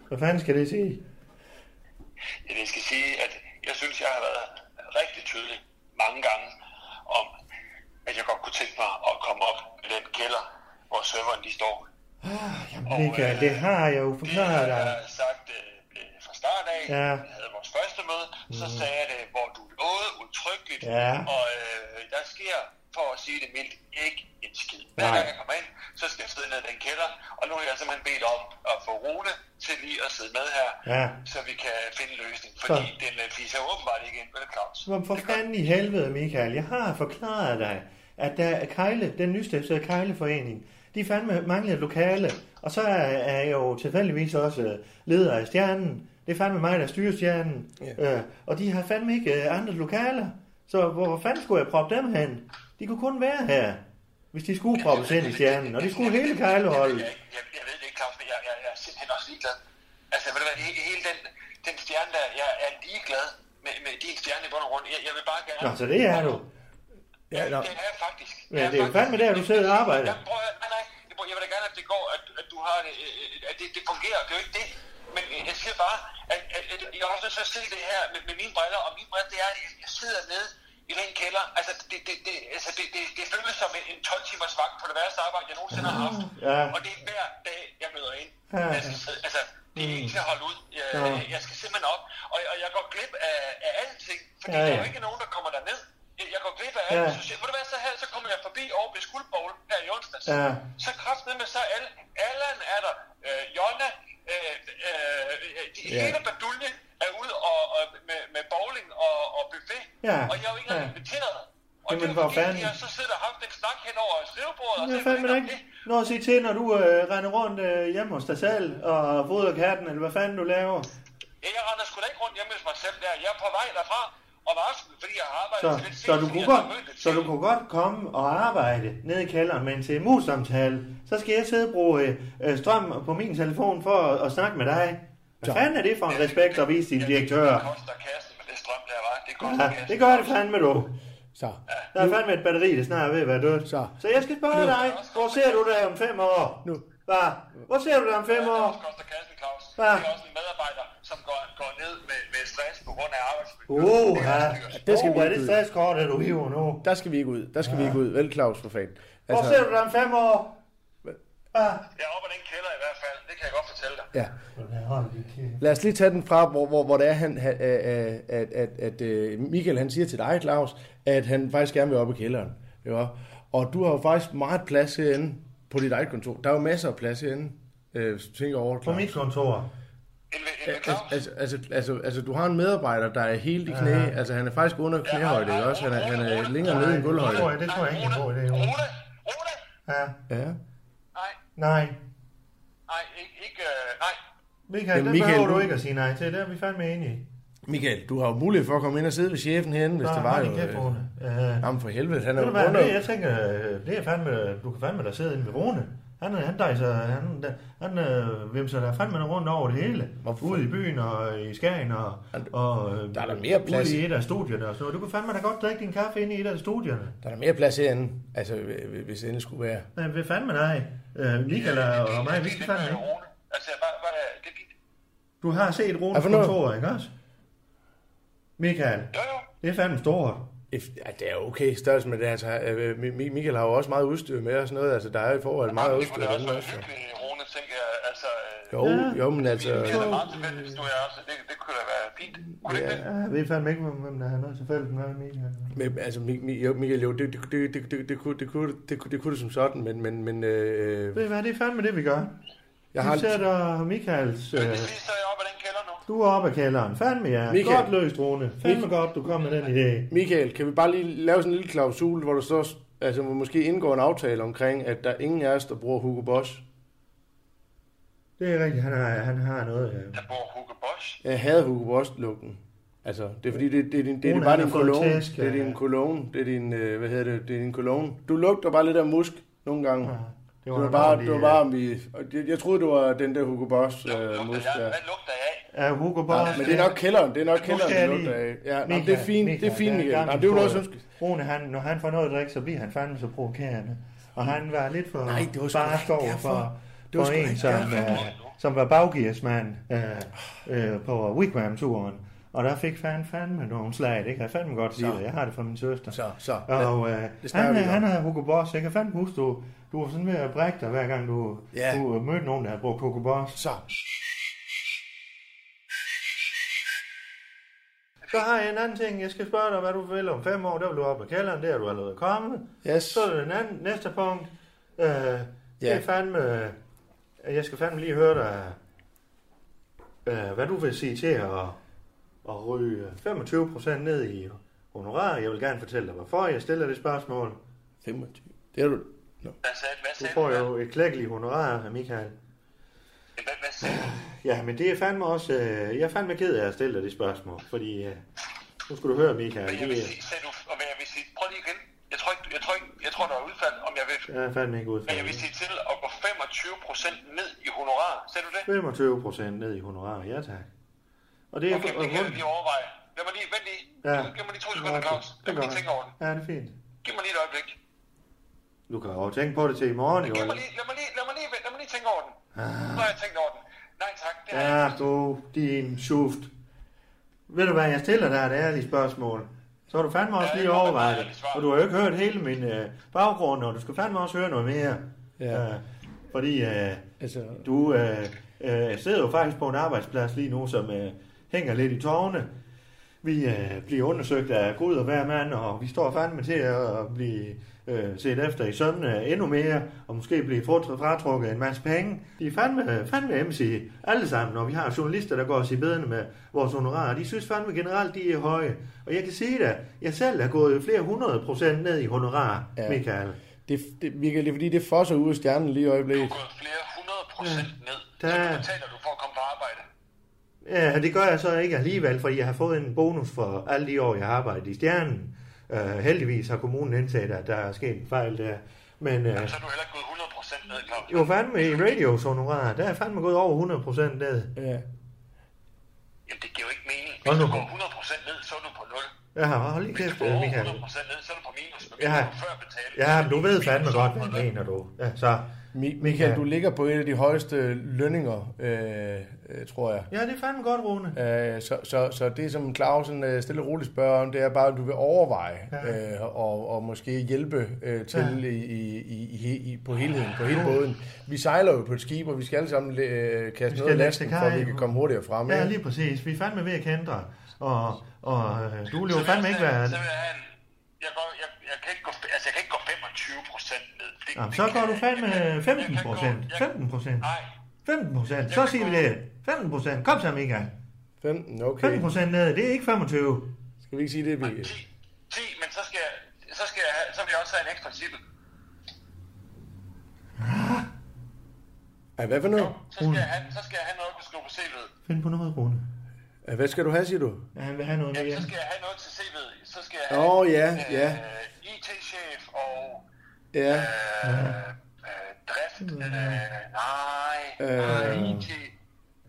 Speaker 3: Hvad fanden skal det sige?
Speaker 8: Ja, det skal sige, at jeg synes, jeg har været rigtig tydelig mange gange om, at jeg godt kunne tænke mig at komme op i den kælder, hvor serveren de står. Og,
Speaker 3: Michael,
Speaker 8: øh,
Speaker 3: det har jeg jo
Speaker 8: Det har
Speaker 3: forklaret dig.
Speaker 8: jeg sagt øh, øh, fra start af.
Speaker 3: Ja. Mm.
Speaker 8: Vi havde vores første møde, så sagde jeg det, hvor du lovede udtrykkeligt,
Speaker 3: Ja.
Speaker 8: og øh, der sker, for at sige det mildt, ikke en skid. Hver
Speaker 3: Nej.
Speaker 8: gang jeg kommer ind, så skal jeg sidde ned i den kælder, og nu har jeg simpelthen bedt om at få Rune til lige at sidde med her,
Speaker 3: Ja.
Speaker 8: så vi kan finde en løsning, fordi den øh, fiser åbenbart ikke ind, vel Claus?
Speaker 3: Men for fanden i helvede, Michael, jeg har forklaret dig, at der er Kejle, den nystiftede Kejleforening, de fandme mangler et lokale, og så er er jeg jo tilfældigvis også øh, leder af Stjernen. Det er fandme mig, der styrer Stjernen. Ja. Øh, og de har fandme ikke øh, andre lokaler, så hvor fanden skulle jeg proppe dem hen? De kunne kun være her, hvis de skulle proppes ind i Stjernen, og de skulle hele Kejleholdet.
Speaker 8: Jeg, jeg, jeg ved det ikke, Claus, men jeg, jeg, jeg er simpelthen også ligeglad. Altså, ved du hvad, he- hele den, den stjerne der, jeg er ligeglad med, med din stjerne i bund og grund. Jeg, jeg vil bare gerne...
Speaker 3: Nå, så det er du.
Speaker 8: Ja,
Speaker 7: Ja, nå.
Speaker 8: det er jeg faktisk.
Speaker 3: Ja, det er jo fandme der, du sidder og arbejder.
Speaker 8: Jeg, prøv, at høre, nej, nej, jeg, prøver, jeg vil da gerne, at det går, at, at du har det, øh, øh, at det, det fungerer, det er jo ikke det. Men øh, jeg siger bare, at, at, at jeg er også nødt til at se det her med, med mine briller, og mine briller, det er, at jeg- jeg sidder nede i den kælder. Altså, det, det, det, altså, det, det, det føles som en, en 12-timers vagt på det værste arbejde, jeg nogensinde har haft.
Speaker 3: Ja.
Speaker 8: Og det er hver dag, jeg møder ind.
Speaker 3: Ja.
Speaker 8: Jeg skal sidde- Altså, det er ikke til at holde ud. Jeg,
Speaker 3: Ja.
Speaker 8: jeg skal simpelthen op, og, og jeg går glip af, af alting, fordi
Speaker 3: Ja,
Speaker 8: ja,
Speaker 3: ja.
Speaker 8: der er jo ikke nogen, der kommer derned. Jeg jeg går glip af
Speaker 3: Ja.
Speaker 8: alt. Så siger, jeg, "Ved du hvad, så, her, så kommer jeg forbi over ved Skuldbowl her i onsdags.
Speaker 3: Ja.
Speaker 8: Så kraftedeme med så er alle. Allan er der. Øh, Jonna. Øh, øh, øh, de,
Speaker 7: Ja.
Speaker 8: Hele baduljen er ude og, og, med, med bowling og, og buffet.
Speaker 3: Ja.
Speaker 8: Og jeg er jo ikke engang
Speaker 3: Ja.
Speaker 8: inviteret. Og
Speaker 3: Jamen,
Speaker 8: det er jo
Speaker 3: hvor
Speaker 8: fordi,
Speaker 3: fanden?
Speaker 8: de har så sidder og haft en snak hen over skrivebordet. og
Speaker 3: Jeg
Speaker 8: så
Speaker 3: er
Speaker 8: er det
Speaker 3: fandme da
Speaker 8: ikke.
Speaker 3: ikke noget at sige til, når du øh, render rundt øh, hjemme hos dig selv og fodrer katten, eller hvad fanden du laver.
Speaker 8: Ja, jeg render sgu da ikke rundt hjemme hos mig selv der. Jeg er på vej derfra om aftenen, fordi jeg har arbejdet
Speaker 3: Så,
Speaker 8: til lidt
Speaker 3: så, du,
Speaker 8: fordi
Speaker 3: kunne
Speaker 8: jeg
Speaker 3: godt,
Speaker 8: har mødt lidt
Speaker 3: så du
Speaker 8: sent.
Speaker 3: kunne godt komme og arbejde nede i kælderen, men til mus-samtale, så skal jeg sidde og bruge øh, øh, strøm på min telefon for at, at snakke med dig. Hvad fanden er det for en respekt at vise din
Speaker 8: Det
Speaker 3: direktør?
Speaker 8: koster kassen, men det strøm der var, det koster
Speaker 3: Ja,
Speaker 8: kassen.
Speaker 3: det gør det fandme, du.
Speaker 7: Så,
Speaker 3: Der er fandme et batteri, der snart er ved at være dødt.
Speaker 7: Så.
Speaker 3: Så jeg skal spørge dig, hvor ser du dig om fem år?
Speaker 7: Nu.
Speaker 3: Hvad? Hvor ser du dig om fem
Speaker 8: Det
Speaker 3: år?
Speaker 8: også koster kassen, Claus.
Speaker 3: Hvad?
Speaker 8: Det er også en medarbejder, som går, går ned med, med stress på grund af arbejdsmiljø.
Speaker 3: Uh, ja.
Speaker 7: det skal
Speaker 3: uh,
Speaker 7: vi
Speaker 3: er
Speaker 7: ikke
Speaker 3: det
Speaker 7: ud.
Speaker 3: stresskort, at du hiver nu?
Speaker 7: der skal vi ikke ud. Der skal vi ikke ud. Vel, Claus, for fanden. Altså-
Speaker 3: Hvor ser du dig om fem år? Hvad?
Speaker 8: Jeg er oppe i den kælder i hvert fald, det kan jeg godt fortælle dig.
Speaker 7: Ja. Lad os lige tage den fra, hvor, hvor, hvor det er, han, han- at, at, at, at øh, Michael han siger til dig, Claus, at han faktisk gerne vil op i kælderen. Ja. Og du har jo faktisk meget plads herinde på dit eget kontor. Der er jo masser af plads herinde, øh, hvis du tænker over det,
Speaker 3: På
Speaker 7: Claus.
Speaker 3: mit kontor.
Speaker 8: En, ved- en, ved
Speaker 7: Altså,
Speaker 8: Claus.
Speaker 7: altså, altså, altså, altså, du har en medarbejder, der er helt i knæ. Altså, han er faktisk under knæhøjde, ikke også? Han er, han er længere nede
Speaker 3: Det
Speaker 7: end
Speaker 3: tror jeg,
Speaker 7: gulvhøjde.
Speaker 3: det tror jeg ikke er en god idé.
Speaker 8: Rune, Rune,
Speaker 3: Ja.
Speaker 7: Ja.
Speaker 8: nej,
Speaker 3: Nej.
Speaker 8: nej, ikke, ikke øh, nej.
Speaker 3: Michael,
Speaker 7: Jamen,
Speaker 3: det
Speaker 7: Michael,
Speaker 3: behøver du
Speaker 7: du-
Speaker 3: ikke at sige nej til. Det er vi fandme enige i.
Speaker 7: Michael, du har jo mulighed for at komme ind og sidde ved chefen herinde, hvis
Speaker 3: Nå,
Speaker 7: det var
Speaker 3: hold
Speaker 7: jo...
Speaker 3: din kæft,
Speaker 7: Øh,
Speaker 3: Rune. Øh,
Speaker 7: jamen for helvede, han er
Speaker 3: Ved
Speaker 7: jo
Speaker 3: du hvad, det,
Speaker 7: under...
Speaker 3: jeg tænker, øh, det er fandme, du kan fandme da sidde inde ved Rune. Han, øh, han, dejser, han, han øh, vimser der fandme rundt over det hele.
Speaker 7: Hvorfor?
Speaker 3: Ude i byen og i Skagen og, og øh,
Speaker 7: Der er da mere plads.
Speaker 3: ude i et af studierne og sådan noget. Du kan fandme da godt drikke din kaffe inde i et af studierne.
Speaker 7: Der er der mere plads herinde, altså, øh, hvis det endelig skulle være.
Speaker 3: Men hvad fanden med dig? Øh, Michael og mig, vi skal fandme ikke.
Speaker 8: Rune, altså, hvad, hvad, er- det, det,
Speaker 3: Du har set
Speaker 7: Ja,
Speaker 3: Rones
Speaker 7: for noget.
Speaker 3: kontor, ikke også? Michael,
Speaker 8: jo jo,
Speaker 3: det er fandme stort.
Speaker 7: If, ja, det er okay størrelse, men det, er altså, øh, Mi- Mi- Michael har jo også meget udstyr med og sådan noget. Altså, der er i forvejen meget
Speaker 8: det
Speaker 7: udstyr.
Speaker 8: kunne da også
Speaker 7: derinde
Speaker 8: være
Speaker 7: også, jo.
Speaker 8: hyggeligt, Rune, tænker jeg, altså... øh,
Speaker 7: Jo, jo, men altså...
Speaker 8: Det er da meget tilfældigt, hvis du er også, det, det kunne da være fint. Kunne det ikke det?
Speaker 3: Ja, jeg ved fandme ikke, hvem der har noget til fælles med Michael.
Speaker 7: Men, altså, Mi- Mi- jo, Michael, jo, det, det, det, det, det, det, kunne, det, kunne, det, kunne, det kunne det som sådan, men... men, men øh,
Speaker 3: Ved I hvad, det er fandme det, vi gør.
Speaker 7: jeg
Speaker 3: Vi
Speaker 7: har,
Speaker 3: sætter Michaels...
Speaker 8: Men
Speaker 3: Øh,
Speaker 8: hvis vi så er oppe i den kælder nu,
Speaker 3: Du er oppe af kælderen. Fandme ja.
Speaker 7: Michael.
Speaker 3: Godt løst, Rune. Fandme godt, du kom med den idé.
Speaker 7: Michael, kan vi bare lige lave sådan en lille klausul, hvor der så altså, hvor måske indgår en aftale omkring, at der er ingen af os, der bruger Hugo Boss.
Speaker 3: Det er rigtigt, han har, han har noget. Øh.
Speaker 8: der bor Hugo Boss.
Speaker 7: Jeg havde Hugo Boss-lugten. Altså, det er fordi, det, det, er din- det, det
Speaker 3: Hun
Speaker 7: er bare
Speaker 3: har
Speaker 7: din
Speaker 3: fået
Speaker 7: cologne.
Speaker 3: tæsk,
Speaker 7: det er
Speaker 3: ja.
Speaker 7: din cologne. Det er din, øh, hvad hedder det, det er din cologne. Du lugter bare lidt af musk nogle gange. Ja, det var,
Speaker 3: nok
Speaker 7: bare,
Speaker 3: lige, øh,
Speaker 7: det var bare, om vi... og det- Jeg troede, det var den der Hugo Boss øh, musk,
Speaker 8: Lugter jeg,
Speaker 7: der.
Speaker 8: hvad lugter jeg af?
Speaker 3: Ja, Hugo Boss.
Speaker 7: Ja, men det er nok kælderen, det er nok
Speaker 3: Nu
Speaker 7: kælderen,
Speaker 3: skal jeg
Speaker 7: det
Speaker 3: lige-
Speaker 7: lugter af. Ja, nå, det er fint, det er fint,
Speaker 3: der
Speaker 7: Michael.
Speaker 3: gang
Speaker 7: Nå,
Speaker 3: i
Speaker 7: det er jo noget, som
Speaker 3: historien. Rune, han, når han får noget at drikke, så bliver han fandme så provokerende. Og han var lidt for
Speaker 7: Mm. Nej, det var sgu
Speaker 3: bare
Speaker 7: da ikke
Speaker 3: for,
Speaker 7: derfor.
Speaker 3: for,
Speaker 7: Det
Speaker 3: for
Speaker 7: var sgu da
Speaker 3: en,
Speaker 7: ikke
Speaker 3: som,
Speaker 7: derfor.
Speaker 3: øh, som var baggearsmand øh, øh, på Wigwam-turen. Og der fik fandme, fandme nogle slag, det kan jeg fandme godt sige
Speaker 7: Så.
Speaker 3: det. Jeg har det fra min søster.
Speaker 7: Så, så.
Speaker 3: Og øh,
Speaker 7: det snakker
Speaker 3: han,
Speaker 7: vi
Speaker 3: er-
Speaker 7: om.
Speaker 3: han er Hugo Boss. Jeg kan fandme huske, du, du var sådan ved at brække dig, hver gang du,
Speaker 7: Ja.
Speaker 3: du øh, mødte nogen, der havde brugt Hugo Boss.
Speaker 7: Så.
Speaker 3: Så har jeg en anden ting. Jeg skal spørge dig, hvad du vil om fem år. Der vil du op i kælderen. Der er du allerede kommet.
Speaker 7: Yes.
Speaker 3: Så er der den anden, næste punkt. Øh, det
Speaker 7: Ja.
Speaker 3: er fandme... øh, Jeg skal fandme lige høre dig, øh, hvad du vil sige til at, at ryge 25% ned i honorar. Jeg vil gerne fortælle dig, hvorfor jeg stiller det spørgsmål.
Speaker 7: 25. Det er du... Nå.
Speaker 8: Hvad sagde, hvad
Speaker 3: Du
Speaker 8: sagde
Speaker 3: får
Speaker 8: hvad-
Speaker 3: jo et klækkeligt honorar af Michael.
Speaker 8: Hvad, hvad sagde du?
Speaker 3: Ja, men det er fandme også... Øh, jeg er fandme ked af at stille dig det spørgsmål, fordi... Øh, nu skal du høre, Michael.
Speaker 8: Hvad jeg
Speaker 3: Det
Speaker 8: vil sige, sagde du, og hvad jeg vil sige, prøv lige igen. Jeg tror ikke, jeg tror ikke, jeg tror, der er udfald, om jeg vil,
Speaker 3: er- jeg er fandme ikke
Speaker 8: hvad jeg vil
Speaker 3: udfærdig.
Speaker 8: sige til at gå 25 ned i honorar. Sagde du det?
Speaker 3: 25 procent ned i honorar, ja tak. Og det er...
Speaker 8: Okay, men det kan jeg lige overveje. Lad mig lige, vent lige,
Speaker 3: Ja.
Speaker 8: giv mig lige to sekunder, Claus. Lad mig lige tænke over det.
Speaker 3: Ja, det er fint.
Speaker 8: Giv mig lige et øjeblik.
Speaker 3: Du kan jo tænke på det til i morgen, jo.
Speaker 8: Giv mig lige, lad mig lige, lad mig lige, lad mig lige tænke over den. Nu har jeg tænkt over den. Nej tak, det har jeg
Speaker 3: Ah. Ja, du, din schuft. Ved du hvad, jeg stiller dig et ærligt spørgsmål. Så har du fandme også
Speaker 8: Ja,
Speaker 3: lige
Speaker 8: det var et
Speaker 3: overvejet
Speaker 8: ærligt
Speaker 3: det.
Speaker 8: svar.
Speaker 3: Og du har jo ikke hørt hele min øh, baggrund, og du skal fandme også høre noget mere.
Speaker 7: Ja.
Speaker 3: Øh, fordi øh,
Speaker 7: Altså,
Speaker 3: du øh, øh, sidder jo faktisk på en arbejdsplads lige nu, som øh, hænger lidt i tårne. Vi øh, bliver undersøgt af Gud og hver mand, og vi står fandme til at blive øh, set efter i sømne endnu mere, og måske blive fort- fratrukket en masse penge. De er fandme, fandme MC, alle sammen, og vi har journalister, der går os i bedene med vores honorarer. De synes fandme generelt, de er høje. Og jeg kan sige dig, jeg selv er gået flere hundrede procent ned i honorarer,
Speaker 7: Ja.
Speaker 3: ja. Michael.
Speaker 7: Det, det, Michael, det er fordi, det fosser ud af stjernen lige i øjeblikket.
Speaker 8: gået flere hundrede procent ned. Så
Speaker 3: Der-
Speaker 8: nu betaler du for at komme på arbejde.
Speaker 3: Ja, det gør jeg så ikke alligevel, fordi jeg har fået en bonus for alle de år, jeg har arbejdet i Stjernen. Uh, heldigvis har kommunen indset, at der er sket en fejl der. Men uh,
Speaker 8: Så er du heller ikke gået 100 procent ned, Claus.
Speaker 3: jo fandme i radios honorarer, der er fandme gået over 100% ned.
Speaker 7: Ja.
Speaker 8: Jamen, det giver jo ikke mening.
Speaker 3: Hold
Speaker 8: Hvis
Speaker 3: nu
Speaker 8: du
Speaker 3: på.
Speaker 8: går 100 procent ned, så er du på 0.
Speaker 3: Ja, hold lige
Speaker 8: Hvis du
Speaker 3: kæft,
Speaker 8: går
Speaker 3: øh,
Speaker 8: over
Speaker 3: Michael.
Speaker 8: 100 procent ned, så er du på minus. Men
Speaker 3: Ja.
Speaker 8: du før betale.
Speaker 3: Ja, men du ved fandme
Speaker 8: Minus
Speaker 3: godt, hvad
Speaker 8: over
Speaker 3: jeg
Speaker 8: 100.
Speaker 3: mener, du. Ja, så.
Speaker 7: Mi- Michael,
Speaker 3: Michael.
Speaker 7: du ligger på en af de højeste lønninger, øh, øh, tror jeg.
Speaker 3: Ja, det er fandme godt, Rune.
Speaker 7: Øh, så, så, så det, som Clausen øh, stille og roligt spørger om, det er bare, at du vil overveje
Speaker 3: Ja.
Speaker 7: øh, og, og måske hjælpe øh, til ja. i, i, i, i, i- på helheden, på hele båden. Vi sejler jo på et skib, og vi skal alle sammen øh, kaste
Speaker 3: skal
Speaker 7: noget af
Speaker 3: lægge
Speaker 7: lasten,
Speaker 3: til
Speaker 7: for
Speaker 3: kaj,
Speaker 7: at vi kan
Speaker 3: jo.
Speaker 7: komme hurtigere frem.
Speaker 3: Ja,
Speaker 7: ikke?
Speaker 3: lige præcis. Vi er fandme ved at kendre. Og, og øh, du vil jo
Speaker 8: Så vil
Speaker 3: fandme
Speaker 8: jeg-
Speaker 3: ikke være...
Speaker 8: Så vil jeg have en... Jeg, går, jeg, jeg, kan ikke gå, altså jeg kan ikke gå 25 procent ned. Det,
Speaker 3: Jamen,
Speaker 8: det
Speaker 3: så
Speaker 8: kan
Speaker 3: går
Speaker 8: jeg
Speaker 3: du
Speaker 8: ikke.
Speaker 3: fandme
Speaker 8: Jeg kan-
Speaker 3: 15
Speaker 8: jeg kan gå-
Speaker 3: procent.
Speaker 8: jeg-
Speaker 3: 15 procent.
Speaker 8: Nej,
Speaker 3: 15 procent. Så siger vi det. 15 procent. Kom så, Michael.
Speaker 7: 15,
Speaker 3: 15
Speaker 7: okay.
Speaker 3: procent ned. Det er ikke 25.
Speaker 7: Skal vi ikke sige det, Michael?
Speaker 8: 10, 10, men så skal jeg, så skal jeg have, så vil jeg også have en ekstra titel.
Speaker 7: Ja, hvad for noget?
Speaker 8: Så skal jeg have, så skal jeg have noget, der skal på CV'et.
Speaker 3: Find på noget, Rune.
Speaker 7: Ja, hvad skal du have, siger du?
Speaker 3: Ja, han vil have noget
Speaker 8: Ja,
Speaker 3: mere.
Speaker 8: så skal jeg have noget til CV'et. Så skal jeg have
Speaker 7: Åh, oh, ja, ja,
Speaker 8: øh, IT-chef og
Speaker 7: ja.
Speaker 8: øh, øh, drift. Øh, nej,
Speaker 7: Øh.
Speaker 8: nej, IT.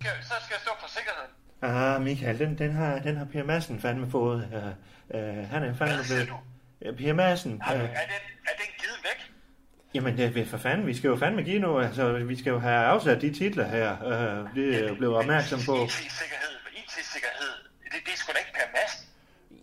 Speaker 8: Skal- Så skal jeg stå for sikkerheden.
Speaker 3: Ah, Michael, den, den, har, den har Per Madsen fandme fået. Uh, uh, han er fandme
Speaker 8: Hvad siger
Speaker 3: blevet...
Speaker 8: du?
Speaker 3: Ja, Per Madsen.
Speaker 8: Har du,
Speaker 3: Uh,
Speaker 8: er, den, er den givet væk?
Speaker 3: jamen, det, er- for fanden, vi skal jo fandme give noget. Altså, vi skal jo have afsat de titler her. Uh, det er blevet opmærksom på.
Speaker 8: IT-sikkerhed, IT-sikkerhed, det, det er sgu da ikke per mast.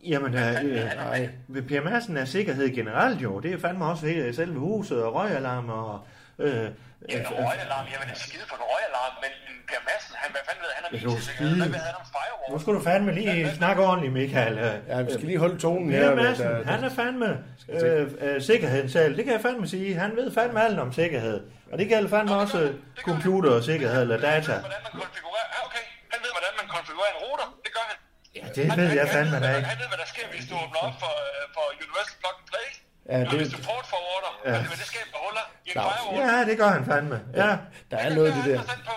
Speaker 3: Jamen, uh, uh,
Speaker 7: Nej.
Speaker 3: Ved Per Madsen er sikkerhed generelt jo. Det er fandme også hele, selve huset og røgalarm og... Øh,
Speaker 8: Ja, en røgalarm, jeg vil da skide på en røgalarm, men Per Madsen, han, hvad fanden ved han om
Speaker 3: Ja, det var
Speaker 8: IT-sikkerhed? Hvad
Speaker 3: skide.
Speaker 8: ved han om firewall?
Speaker 3: nu skal du fandme lige snakke ordentligt, Michael. Øh,
Speaker 7: Ja, vi skal lige holde tonen her.
Speaker 3: Per
Speaker 7: men øh,
Speaker 3: Madsen,
Speaker 7: der-
Speaker 3: han er fandme øh, øh, sikkerheden selv. Det kan jeg fandme sige. Han ved fandme alt om sikkerhed. Og det gælder fandme også øh, computer og sikkerhed eller data.
Speaker 8: Han ved, hvordan man konfigurerer. Ja, okay. Han ved, hvordan man konfigurerer en router. Det gør han.
Speaker 3: Ja, det ved jeg fandme da
Speaker 8: hvad-
Speaker 3: ikke.
Speaker 8: Han ved, hvad der sker, hvis du åbner op for, øh, for Universal Plug and Play.
Speaker 7: Ja,
Speaker 8: Ja,
Speaker 7: det-
Speaker 8: det... Hvis du port forwarder,
Speaker 3: Ja.
Speaker 8: ja. Altså, hvad det skaber huller i en
Speaker 7: Claus.
Speaker 8: firewall.
Speaker 3: Ja, det gør han fandme. Ja.
Speaker 7: Der er noget i det der.
Speaker 8: er 100% på.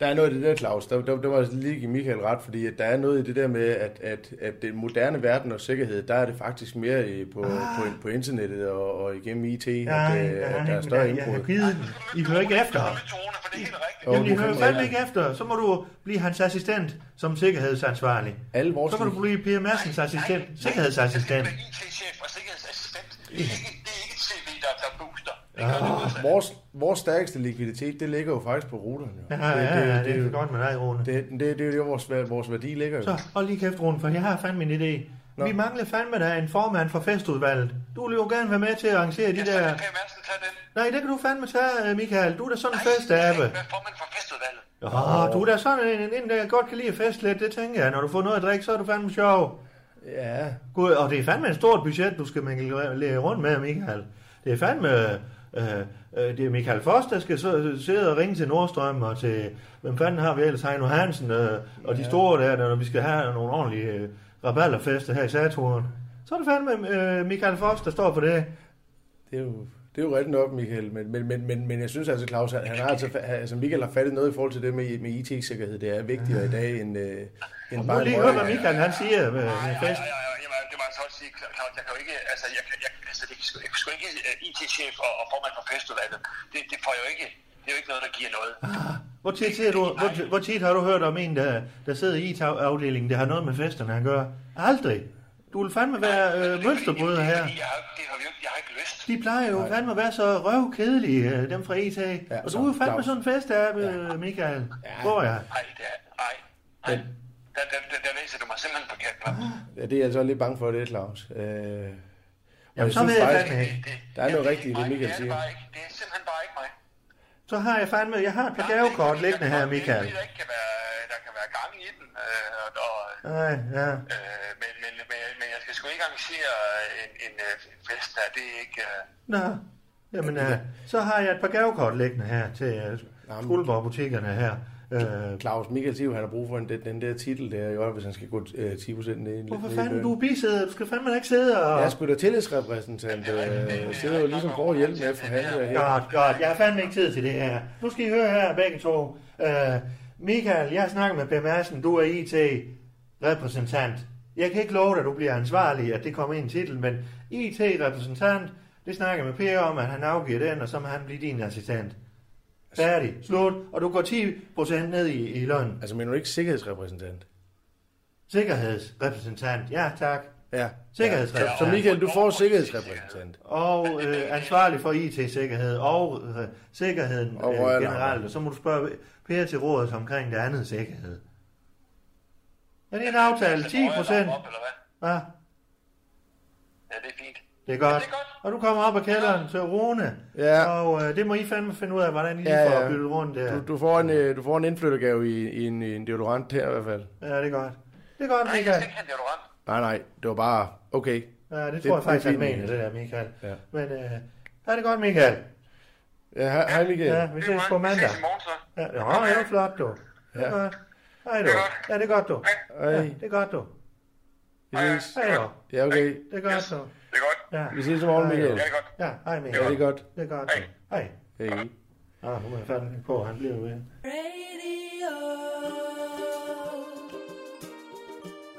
Speaker 7: Der er noget i det der, Claus. Der, der, der var lige give Michael ret, fordi at der er noget i det der med, at, at, at den moderne verden og sikkerhed, der er det faktisk mere i- på, ah. på, på internettet og, og igennem IT,
Speaker 3: Ja,
Speaker 7: at, øh, at der er større
Speaker 3: jeg, jeg har
Speaker 7: indbrud.
Speaker 3: givet
Speaker 8: Nu skal du
Speaker 3: I
Speaker 8: lytte
Speaker 3: hører
Speaker 8: til
Speaker 3: ikke
Speaker 8: Rune.
Speaker 3: efter.
Speaker 8: Nu skal du lytte til Rune, for det er helt rigtigt.
Speaker 7: Jo.
Speaker 3: Jamen, I
Speaker 7: det
Speaker 3: hører
Speaker 7: fandme
Speaker 3: fandme
Speaker 7: ikke.
Speaker 3: ikke efter. Så må du blive hans assistent som sikkerhedsansvarlig.
Speaker 7: Alle vores
Speaker 3: Så kan du blive Per Madsens assistent, sikkerhedsassistent.
Speaker 8: Det er IT-chef og sikkerhedsassistent. Det er ikke, det er ikke et CV, der, der booster. Det gør det
Speaker 7: Ah,
Speaker 8: modsatte.
Speaker 7: vores, vores stærkeste likviditet, det ligger jo faktisk på ruterne. Jo.
Speaker 3: Ja, ja,
Speaker 7: det,
Speaker 3: ja,
Speaker 7: det,
Speaker 3: det er
Speaker 7: det,
Speaker 3: for godt med dig, Rune.
Speaker 7: det, det, det, det er jo vores, vær- vores værdi ligger jo.
Speaker 3: Så, hold lige kæft, Rune, for jeg har fandme en idé.
Speaker 7: Nå.
Speaker 3: Vi mangler fandme da en formand for festudvalget. Du vil jo gerne være med til at arrangere de
Speaker 8: Ja, så
Speaker 3: der...
Speaker 8: kan Per Madsen tage den.
Speaker 3: Nej, det kan du fandme tage, øh, Michael. Du er da sådan en
Speaker 8: Ej,
Speaker 3: festabe.
Speaker 8: Hvad får man for festudvalget?
Speaker 3: Åh, du er da sådan en, en, en, der godt kan lide at feste lidt. Det tænker jeg. Når du får noget at drikke, så er du fandme sjov.
Speaker 7: Ja,
Speaker 3: Gud, og det er fandme et stort budget, du skal lægge rundt med, Michael. Det er fandme... Øh, øh, det er Michael Foss, der skal så- sidde og ringe til Nordstrøm og til... Hvem fanden har vi ellers? Heino Hansen øh, og de store der, når vi skal have nogle ordentlige øh, rabalderfester her i Saturn. Så er det fandme øh, Michael Foss, der står for det.
Speaker 7: det er jo... Det er jo rigtigt nok, Michael, men, men, men, men, men jeg synes altså, Claus, han, han har altså, fa- altså, Michael har fattet noget i forhold til det med, med IT-sikkerhed. Det er vigtigere i dag end, øh, end
Speaker 3: Nu
Speaker 7: bare
Speaker 3: lige
Speaker 7: en
Speaker 3: hør,
Speaker 7: røg.
Speaker 3: hvad Michael han siger øh, med, med
Speaker 8: Ja,
Speaker 3: fest.
Speaker 8: ja, ja, jamen, det var altså også sige, Claus, jeg kan jo ikke, altså, jeg, kan- jeg, altså, det, kan sgu- jeg kan sgu ikke øh, IT-chef og, og formand for festudvalget. Det, det får jo ikke, det er jo ikke noget, der giver noget.
Speaker 3: Hvor tit, ser du, hvor, hvor tit har du hørt om en, der, der sidder i IT-afdelingen, der har noget med festerne at gøre? Aldrig. Du vil fandme være øh, mønsterbryder her.
Speaker 8: Jeg har, det har vi jo ikke, jeg har ikke lyst.
Speaker 3: De plejer jo fandme at være så røvkedelige, øh, dem fra ETA. Ja, og
Speaker 7: så
Speaker 3: du er jo fandme
Speaker 7: Claus.
Speaker 3: sådan en fest af, ja. Michael. Ja. Hvor jeg?
Speaker 8: Ej, det er, ej, ej. Der, der, der, der læser du mig simpelthen forkert, Claus.
Speaker 7: Ja, det er jeg så lidt bange for, det, Claus. Øh, og
Speaker 3: Jamen,
Speaker 7: jeg
Speaker 3: så
Speaker 7: synes
Speaker 3: ved jeg
Speaker 7: faktisk-
Speaker 3: fandme ikke.
Speaker 8: Det-
Speaker 7: Der er
Speaker 8: jamen,
Speaker 7: noget
Speaker 8: det
Speaker 7: rigtigt i
Speaker 8: ikke
Speaker 7: det,
Speaker 8: mig.
Speaker 7: Michael
Speaker 8: det er
Speaker 7: siger.
Speaker 8: Det, bare ikke. det er simpelthen bare ikke mig.
Speaker 3: Så har jeg fandme, jeg har et par
Speaker 8: Nej, det er ikke,
Speaker 3: gavekort
Speaker 8: fordi,
Speaker 3: liggende
Speaker 8: der
Speaker 3: her,
Speaker 8: kan-
Speaker 3: Michael.
Speaker 8: Det er, fordi der ikke kan være, der kan være gang i den, øh, og, og,
Speaker 3: Nej, ja.
Speaker 8: øh, men, men, ikke arrangere en, en øh, fest der. Det er ikke... Øh,
Speaker 3: Nå, jamen, øh, så har jeg et par gavekort liggende her til øh, Skuldborg-butikkerne her. Øh,
Speaker 7: Claus Michael siger, jo, han har brug for en, den, den der titel der, jo, hvis han skal gå øh, 10% ned.
Speaker 3: hvorfor
Speaker 7: ned i
Speaker 3: fanden,
Speaker 7: løn.
Speaker 3: du er bisæder? Du skal fandme da ikke sidde og...
Speaker 7: Jeg er sgu da tillidsrepræsentant, øh, sidder jo ligesom for at hjælpe med at forhandle her.
Speaker 3: Godt, godt. Jeg har fandme ikke tid til det her. Nu skal I høre her, begge to. Øh, Michael, jeg snakker med Per Madsen. Du er IT-repræsentant. Jeg kan ikke love dig, at du bliver ansvarlig, at det kommer ind i titlen, men IT-repræsentant, det snakker jeg med Per om, at han afgiver den, og så må han blive din assistent. Færdig. Slut. Og du går 10% ned i, i løn.
Speaker 7: Altså, men er du ikke sikkerhedsrepræsentant?
Speaker 3: Sikkerhedsrepræsentant. Ja, tak.
Speaker 7: Ja.
Speaker 3: Sikkerhedsrepræsentant.
Speaker 7: Så, så Michael, du får sikkerhedsrepræsentant.
Speaker 3: og øh, ansvarlig for IT-sikkerhed og øh, sikkerheden
Speaker 7: Og
Speaker 3: øh,
Speaker 7: røgalarmer.
Speaker 3: generelt. Og så må du spørge Per til rådet omkring det andet sikkerhed. Er det en aftale?
Speaker 8: altså,
Speaker 3: 10 procent?
Speaker 8: Op, eller hvad?
Speaker 3: Ja,
Speaker 8: Ja, det er fint.
Speaker 3: det er godt.
Speaker 8: det er godt.
Speaker 3: Og du kommer op af kælderen til Rune.
Speaker 7: Ja.
Speaker 3: Og øh, det må I fandme finde ud af, hvordan I lige
Speaker 7: Ja,
Speaker 3: får
Speaker 7: ja.
Speaker 3: byttet rundt der.
Speaker 7: Du, du, får en, øh, du får en indflyttergave i, i en, i en deodorant her i hvert fald.
Speaker 3: Ja, det er godt. Det er godt,
Speaker 8: Nej, jeg
Speaker 3: Michael.
Speaker 8: skal ikke have en deodorant.
Speaker 7: Nej, nej, det var bare, okay.
Speaker 3: Ja, det
Speaker 7: det
Speaker 3: tror
Speaker 7: er
Speaker 3: jeg faktisk, han
Speaker 7: fint.
Speaker 3: mener, det der, Michael.
Speaker 7: Ja.
Speaker 3: Men øh, er det godt, Michael?
Speaker 7: Ja, hej, hej Michael.
Speaker 3: Ja,
Speaker 7: Ja.
Speaker 3: vi
Speaker 8: Det er
Speaker 3: ses
Speaker 8: godt.
Speaker 3: på mandag.
Speaker 8: ses i morgen, så.
Speaker 3: Ja, nå, det er flot, du. Det er
Speaker 7: Ja.
Speaker 3: godt. Hej, du.
Speaker 8: Det er godt.
Speaker 3: Ja, det er godt, du. Ja,
Speaker 7: Hej,
Speaker 3: det er godt, du.
Speaker 7: vi ses.
Speaker 3: Hej, du.
Speaker 7: Ja, okay.
Speaker 3: Det er godt, du.
Speaker 8: Det er godt.
Speaker 3: Ja,
Speaker 7: Vi ses i morgen, Michael.
Speaker 8: Ja, det er godt.
Speaker 3: ja hej,
Speaker 7: Ja,
Speaker 3: Michael.
Speaker 7: det er godt.
Speaker 3: Det er godt, du. Hej.
Speaker 7: Hej.
Speaker 3: Ah, hun er fandme på, han bliver ved.
Speaker 2: Radio.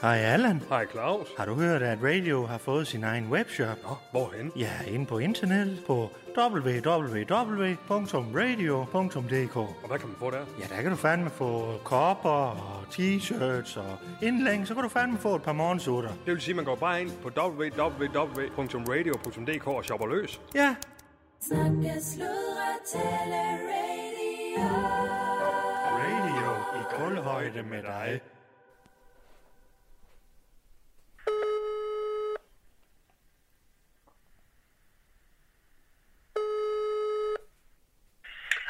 Speaker 3: Hej, Allan.
Speaker 6: Hej Claus.
Speaker 3: Har du hørt, at Radio har fået sin egen webshop?
Speaker 6: Nå, hvorhen?
Speaker 3: Ja, inde på internettet på www.radio.dk.
Speaker 6: Og hvad kan man få der?
Speaker 3: Ja, der kan du fandme få kopper og t-shirts og indlæng, så kan du fandme få et par morgensutter.
Speaker 6: Det vil sige, at man går bare ind på www.radio.dk og shopper løs.
Speaker 3: Ja,
Speaker 2: Snakke, sludre, tale, radio.
Speaker 3: Radio i kulhøjde med dig.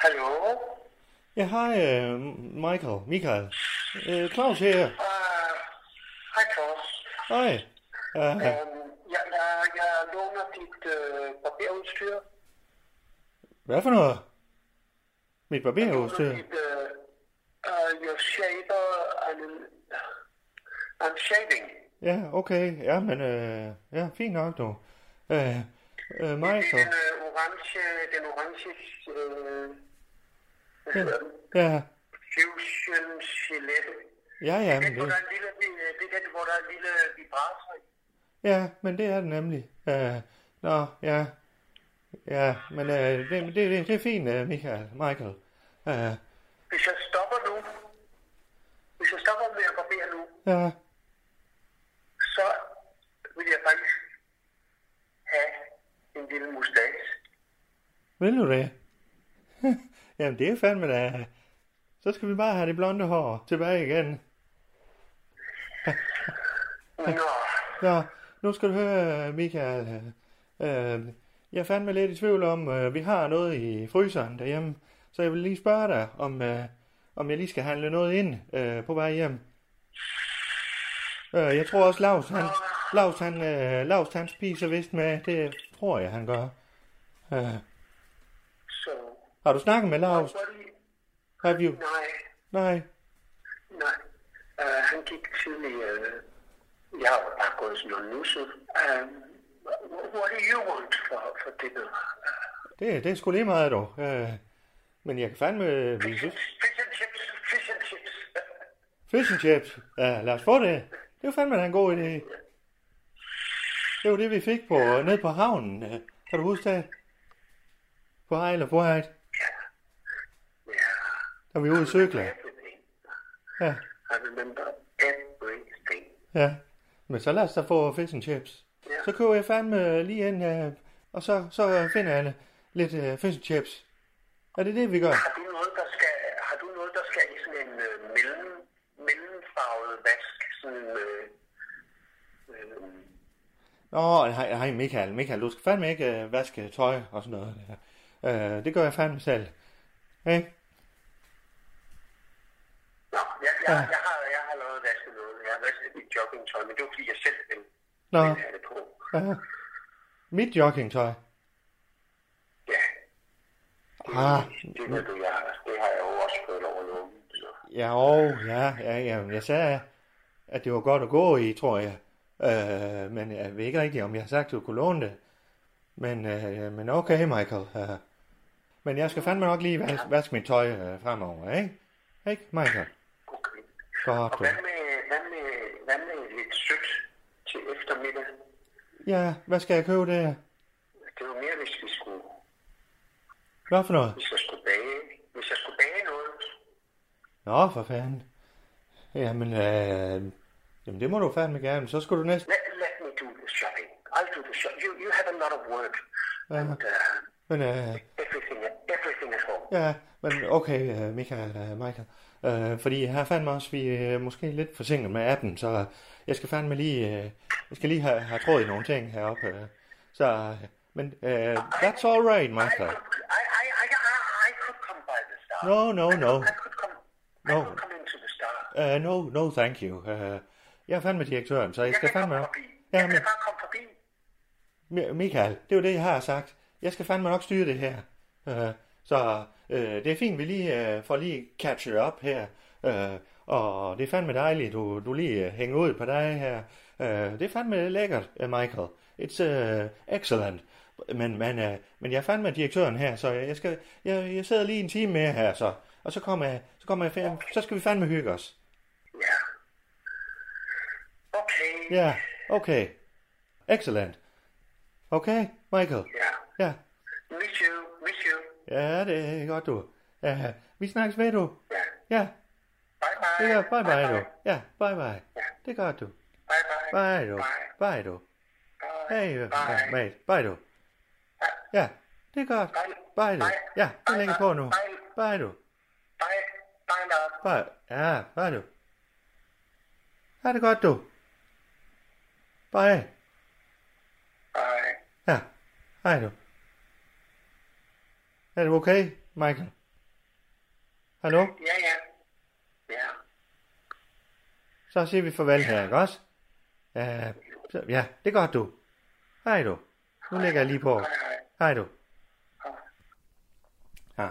Speaker 8: Hallo?
Speaker 3: Ja, hej, øh, Michael. Michael. Øh, Claus her.
Speaker 8: Øh, Hej, Claus.
Speaker 3: Hej. Uh,
Speaker 8: Øhm, Jeg, jeg, jeg låner dit øh, barberudstyr.
Speaker 3: hvad for noget? Mit
Speaker 8: Jeg
Speaker 3: barberhus
Speaker 8: låner
Speaker 3: til.
Speaker 8: dit, øh, øh, your shaver and, and shaving.
Speaker 3: Ja, okay. Ja, men øh, ja, fint nok nu. Øh, øh,
Speaker 8: Det er
Speaker 3: Michael.
Speaker 8: den øh, orange, den orange øh, hvad hedder den?
Speaker 3: Ja,
Speaker 8: fusion gelette.
Speaker 3: ja, ja,
Speaker 8: Den,
Speaker 3: men
Speaker 8: hvor
Speaker 3: det,
Speaker 8: der er en lille, det, det er den, hvor der er en lille vibrator i.
Speaker 3: ja, men det er det nemlig. Øh, nå, ja. Ja, men øh, det, det, det, det er fint, øh, Michael. Michael. Øh,
Speaker 8: Hvis jeg stopper nu, hvis jeg stopper med at barbere nu,
Speaker 3: ja,
Speaker 8: så vil jeg faktisk have en lille mustache.
Speaker 3: vil du det? Jamen, det er fandme da. Så skal vi bare have det blonde hår tilbage igen.
Speaker 8: Nå,
Speaker 3: Nå, nu skal du høre, Michael. Øh, øh, jeg er fandme lidt i tvivl om, øh, vi har noget i fryseren derhjemme, så jeg vil lige spørge dig, om, øh, om jeg lige skal handle noget ind øh, på vej hjem. Øh, jeg tror også, Lars, han, Lars, han, øh, Lars, han spiser vist med. Det tror jeg, han gør. Øh,
Speaker 8: så...
Speaker 3: har du snakket med Lars?
Speaker 8: Hvor er det-
Speaker 3: Have you?
Speaker 8: Nej,
Speaker 3: Nej.
Speaker 8: nej. Uh, han gik tidligere. Uh, jeg har bare gået sådan noget nusse. Uh, what do you want for, for dinner?
Speaker 3: Det, det er sgu lige meget, dog. Øh, men jeg kan fandme... Vi
Speaker 8: Fish and,
Speaker 3: synes,
Speaker 8: fish and chips, fish and chips.
Speaker 3: Fish and chips. Ja, lad os få det. Det var fandme da en god idé. Det var det, vi fik på ned på havnen. øh. Kan du huske det? På Isle of Wight,
Speaker 8: Ja,
Speaker 3: da vi var ude at cykle.
Speaker 8: everything.
Speaker 3: Ja,
Speaker 8: I remember everything.
Speaker 3: ja. Men så lad os da få fish and chips. Så køber jeg fandme øh, lige ind, øh, og så, så øh, finder jeg lidt øh, fish and chips. Er det det, vi gør?
Speaker 8: Har du noget, der skal, har du noget, der skal i sådan en øh, mellem, mellemfarvet vask? Sådan, øh, øh,
Speaker 3: Nå, hej, hej Michael. Michael, du skal fandme ikke øh, vaske tøj og sådan noget. der. Øh, det gør jeg fandme selv. Ikke?
Speaker 8: nå, jeg, jeg, jeg, har, jeg har allerede vasket noget. Jeg har vasket mit joggingtøj, men det var fordi, jeg selv ville
Speaker 3: Nå,
Speaker 8: ville have det på.
Speaker 3: Ja. Mit joggingtøj.
Speaker 8: Ja,
Speaker 3: Ah,
Speaker 8: det ved du, jeg har. Det har jeg jo også fået over lungen. Så.
Speaker 3: ja, åh, ja, ja, ja. Jeg sagde, at det var godt at gå i, tror jeg. Øh, men jeg ved ikke rigtigt, om jeg har sagt, at du kunne låne det. Men, øh, men okay, Michael. Øh. Men jeg skal fandme nok lige vas- vaske mit tøj øh, fremover, ikke? Ikke, Michael?
Speaker 8: Okay.
Speaker 3: Godt,
Speaker 8: Og
Speaker 3: du.
Speaker 8: hvad med, hvad med, hvad med lidt sødt til eftermiddag?
Speaker 3: Ja, hvad skal jeg købe der?
Speaker 8: Det var mere, hvis vi skulle,
Speaker 3: Hvad for noget?
Speaker 8: hvis jeg skulle bage, hvis jeg skulle bage noget.
Speaker 3: Nå, for fanden. Jamen, øh, jamen det må du fandme gerne. Så skulle du næsten...
Speaker 8: Let, let me do the shopping. I'll do the shopping. You, you have a lot of work. And uh,
Speaker 3: Men, øh,
Speaker 8: everything, everything at home.
Speaker 3: ja, men okay, øh, Michael, øh, Michael. Øh, fordi her fandme også, vi er øh, måske lidt forsinket med appen, så jeg skal fandme lige, øh, jeg skal lige have, have tråd i nogle ting heroppe. Øh. Så, øh, men øh, that's all right,
Speaker 8: I could,
Speaker 3: Michael.
Speaker 8: I, I, I, I, I could come by the star.
Speaker 3: No, no,
Speaker 8: I,
Speaker 3: no.
Speaker 8: I could come, I
Speaker 3: No.
Speaker 8: could come into the star.
Speaker 3: Uh, no, no, thank you. Uh, jeg er fandme direktøren, så jeg
Speaker 8: Jeg
Speaker 3: skal
Speaker 8: kan
Speaker 3: fandme
Speaker 8: komme
Speaker 3: nok...
Speaker 8: forbi. Jeg
Speaker 3: Ja, men,
Speaker 8: kan bare komme forbi.
Speaker 3: Mi- Michael, det er jo det, jeg har sagt. Jeg skal fandme nok styre det her. Øh, så øh, det er fint, vi lige øh, får lige catchet op her. Øh, og det er fandme dejligt, du, du lige øh, hænger ud på dig her. Øh, det er fandme lækkert, øh, Michael. It's uh, excellent. Men, men, øh, men jeg er fandme direktøren her, så jeg, skal, jeg, jeg sidder lige en time mere her, så. Og så kommer jeg, så kommer jeg fandme, så skal vi fandme hygge os.
Speaker 8: Ja. Okay.
Speaker 3: Ja, yeah, okay. Excellent. Okay, Michael.
Speaker 8: Ja.
Speaker 3: Ja. Yeah.
Speaker 8: Miss you. Miss you.
Speaker 3: Ja, det er godt, du. Ja, vi snakkes ved, du.
Speaker 8: Ja.
Speaker 3: Ja,
Speaker 8: Bye bye.
Speaker 3: det gør. Bye bye, du. Ja, bye bye.
Speaker 8: Ja.
Speaker 3: Det er godt, du.
Speaker 8: Bye bye.
Speaker 3: Bye, du.
Speaker 8: Bye.
Speaker 3: Bye, du.
Speaker 8: Bye.
Speaker 3: Hey, øh, ja,
Speaker 8: Bye.
Speaker 3: mate. Bye, du. Ja, det er godt.
Speaker 8: Bye.
Speaker 3: Bye, du. Ja, det lægger på nu. Bye, du.
Speaker 8: Bye. Bye love.
Speaker 3: Bye. Ja, bye, du. Ja, det er godt, du. Bye.
Speaker 8: Bye.
Speaker 3: Ja, hej du. Er du okay, Michael? Hallo?
Speaker 8: Ja, ja. Ja.
Speaker 3: Så siger vi farvel her, ikke også? Ja, så, ja, det er godt, du. Hej du. Nu lægger jeg lige på.
Speaker 8: Hej hej.
Speaker 3: Hej du. Ja,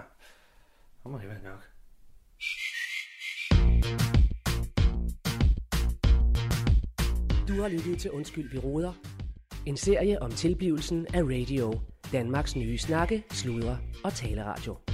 Speaker 3: nu må det være nok.
Speaker 1: Du har lyttet til Undskyld, vi råder. En serie om tilblivelsen af radio. Danmarks nye snakke, sludre og taleradio.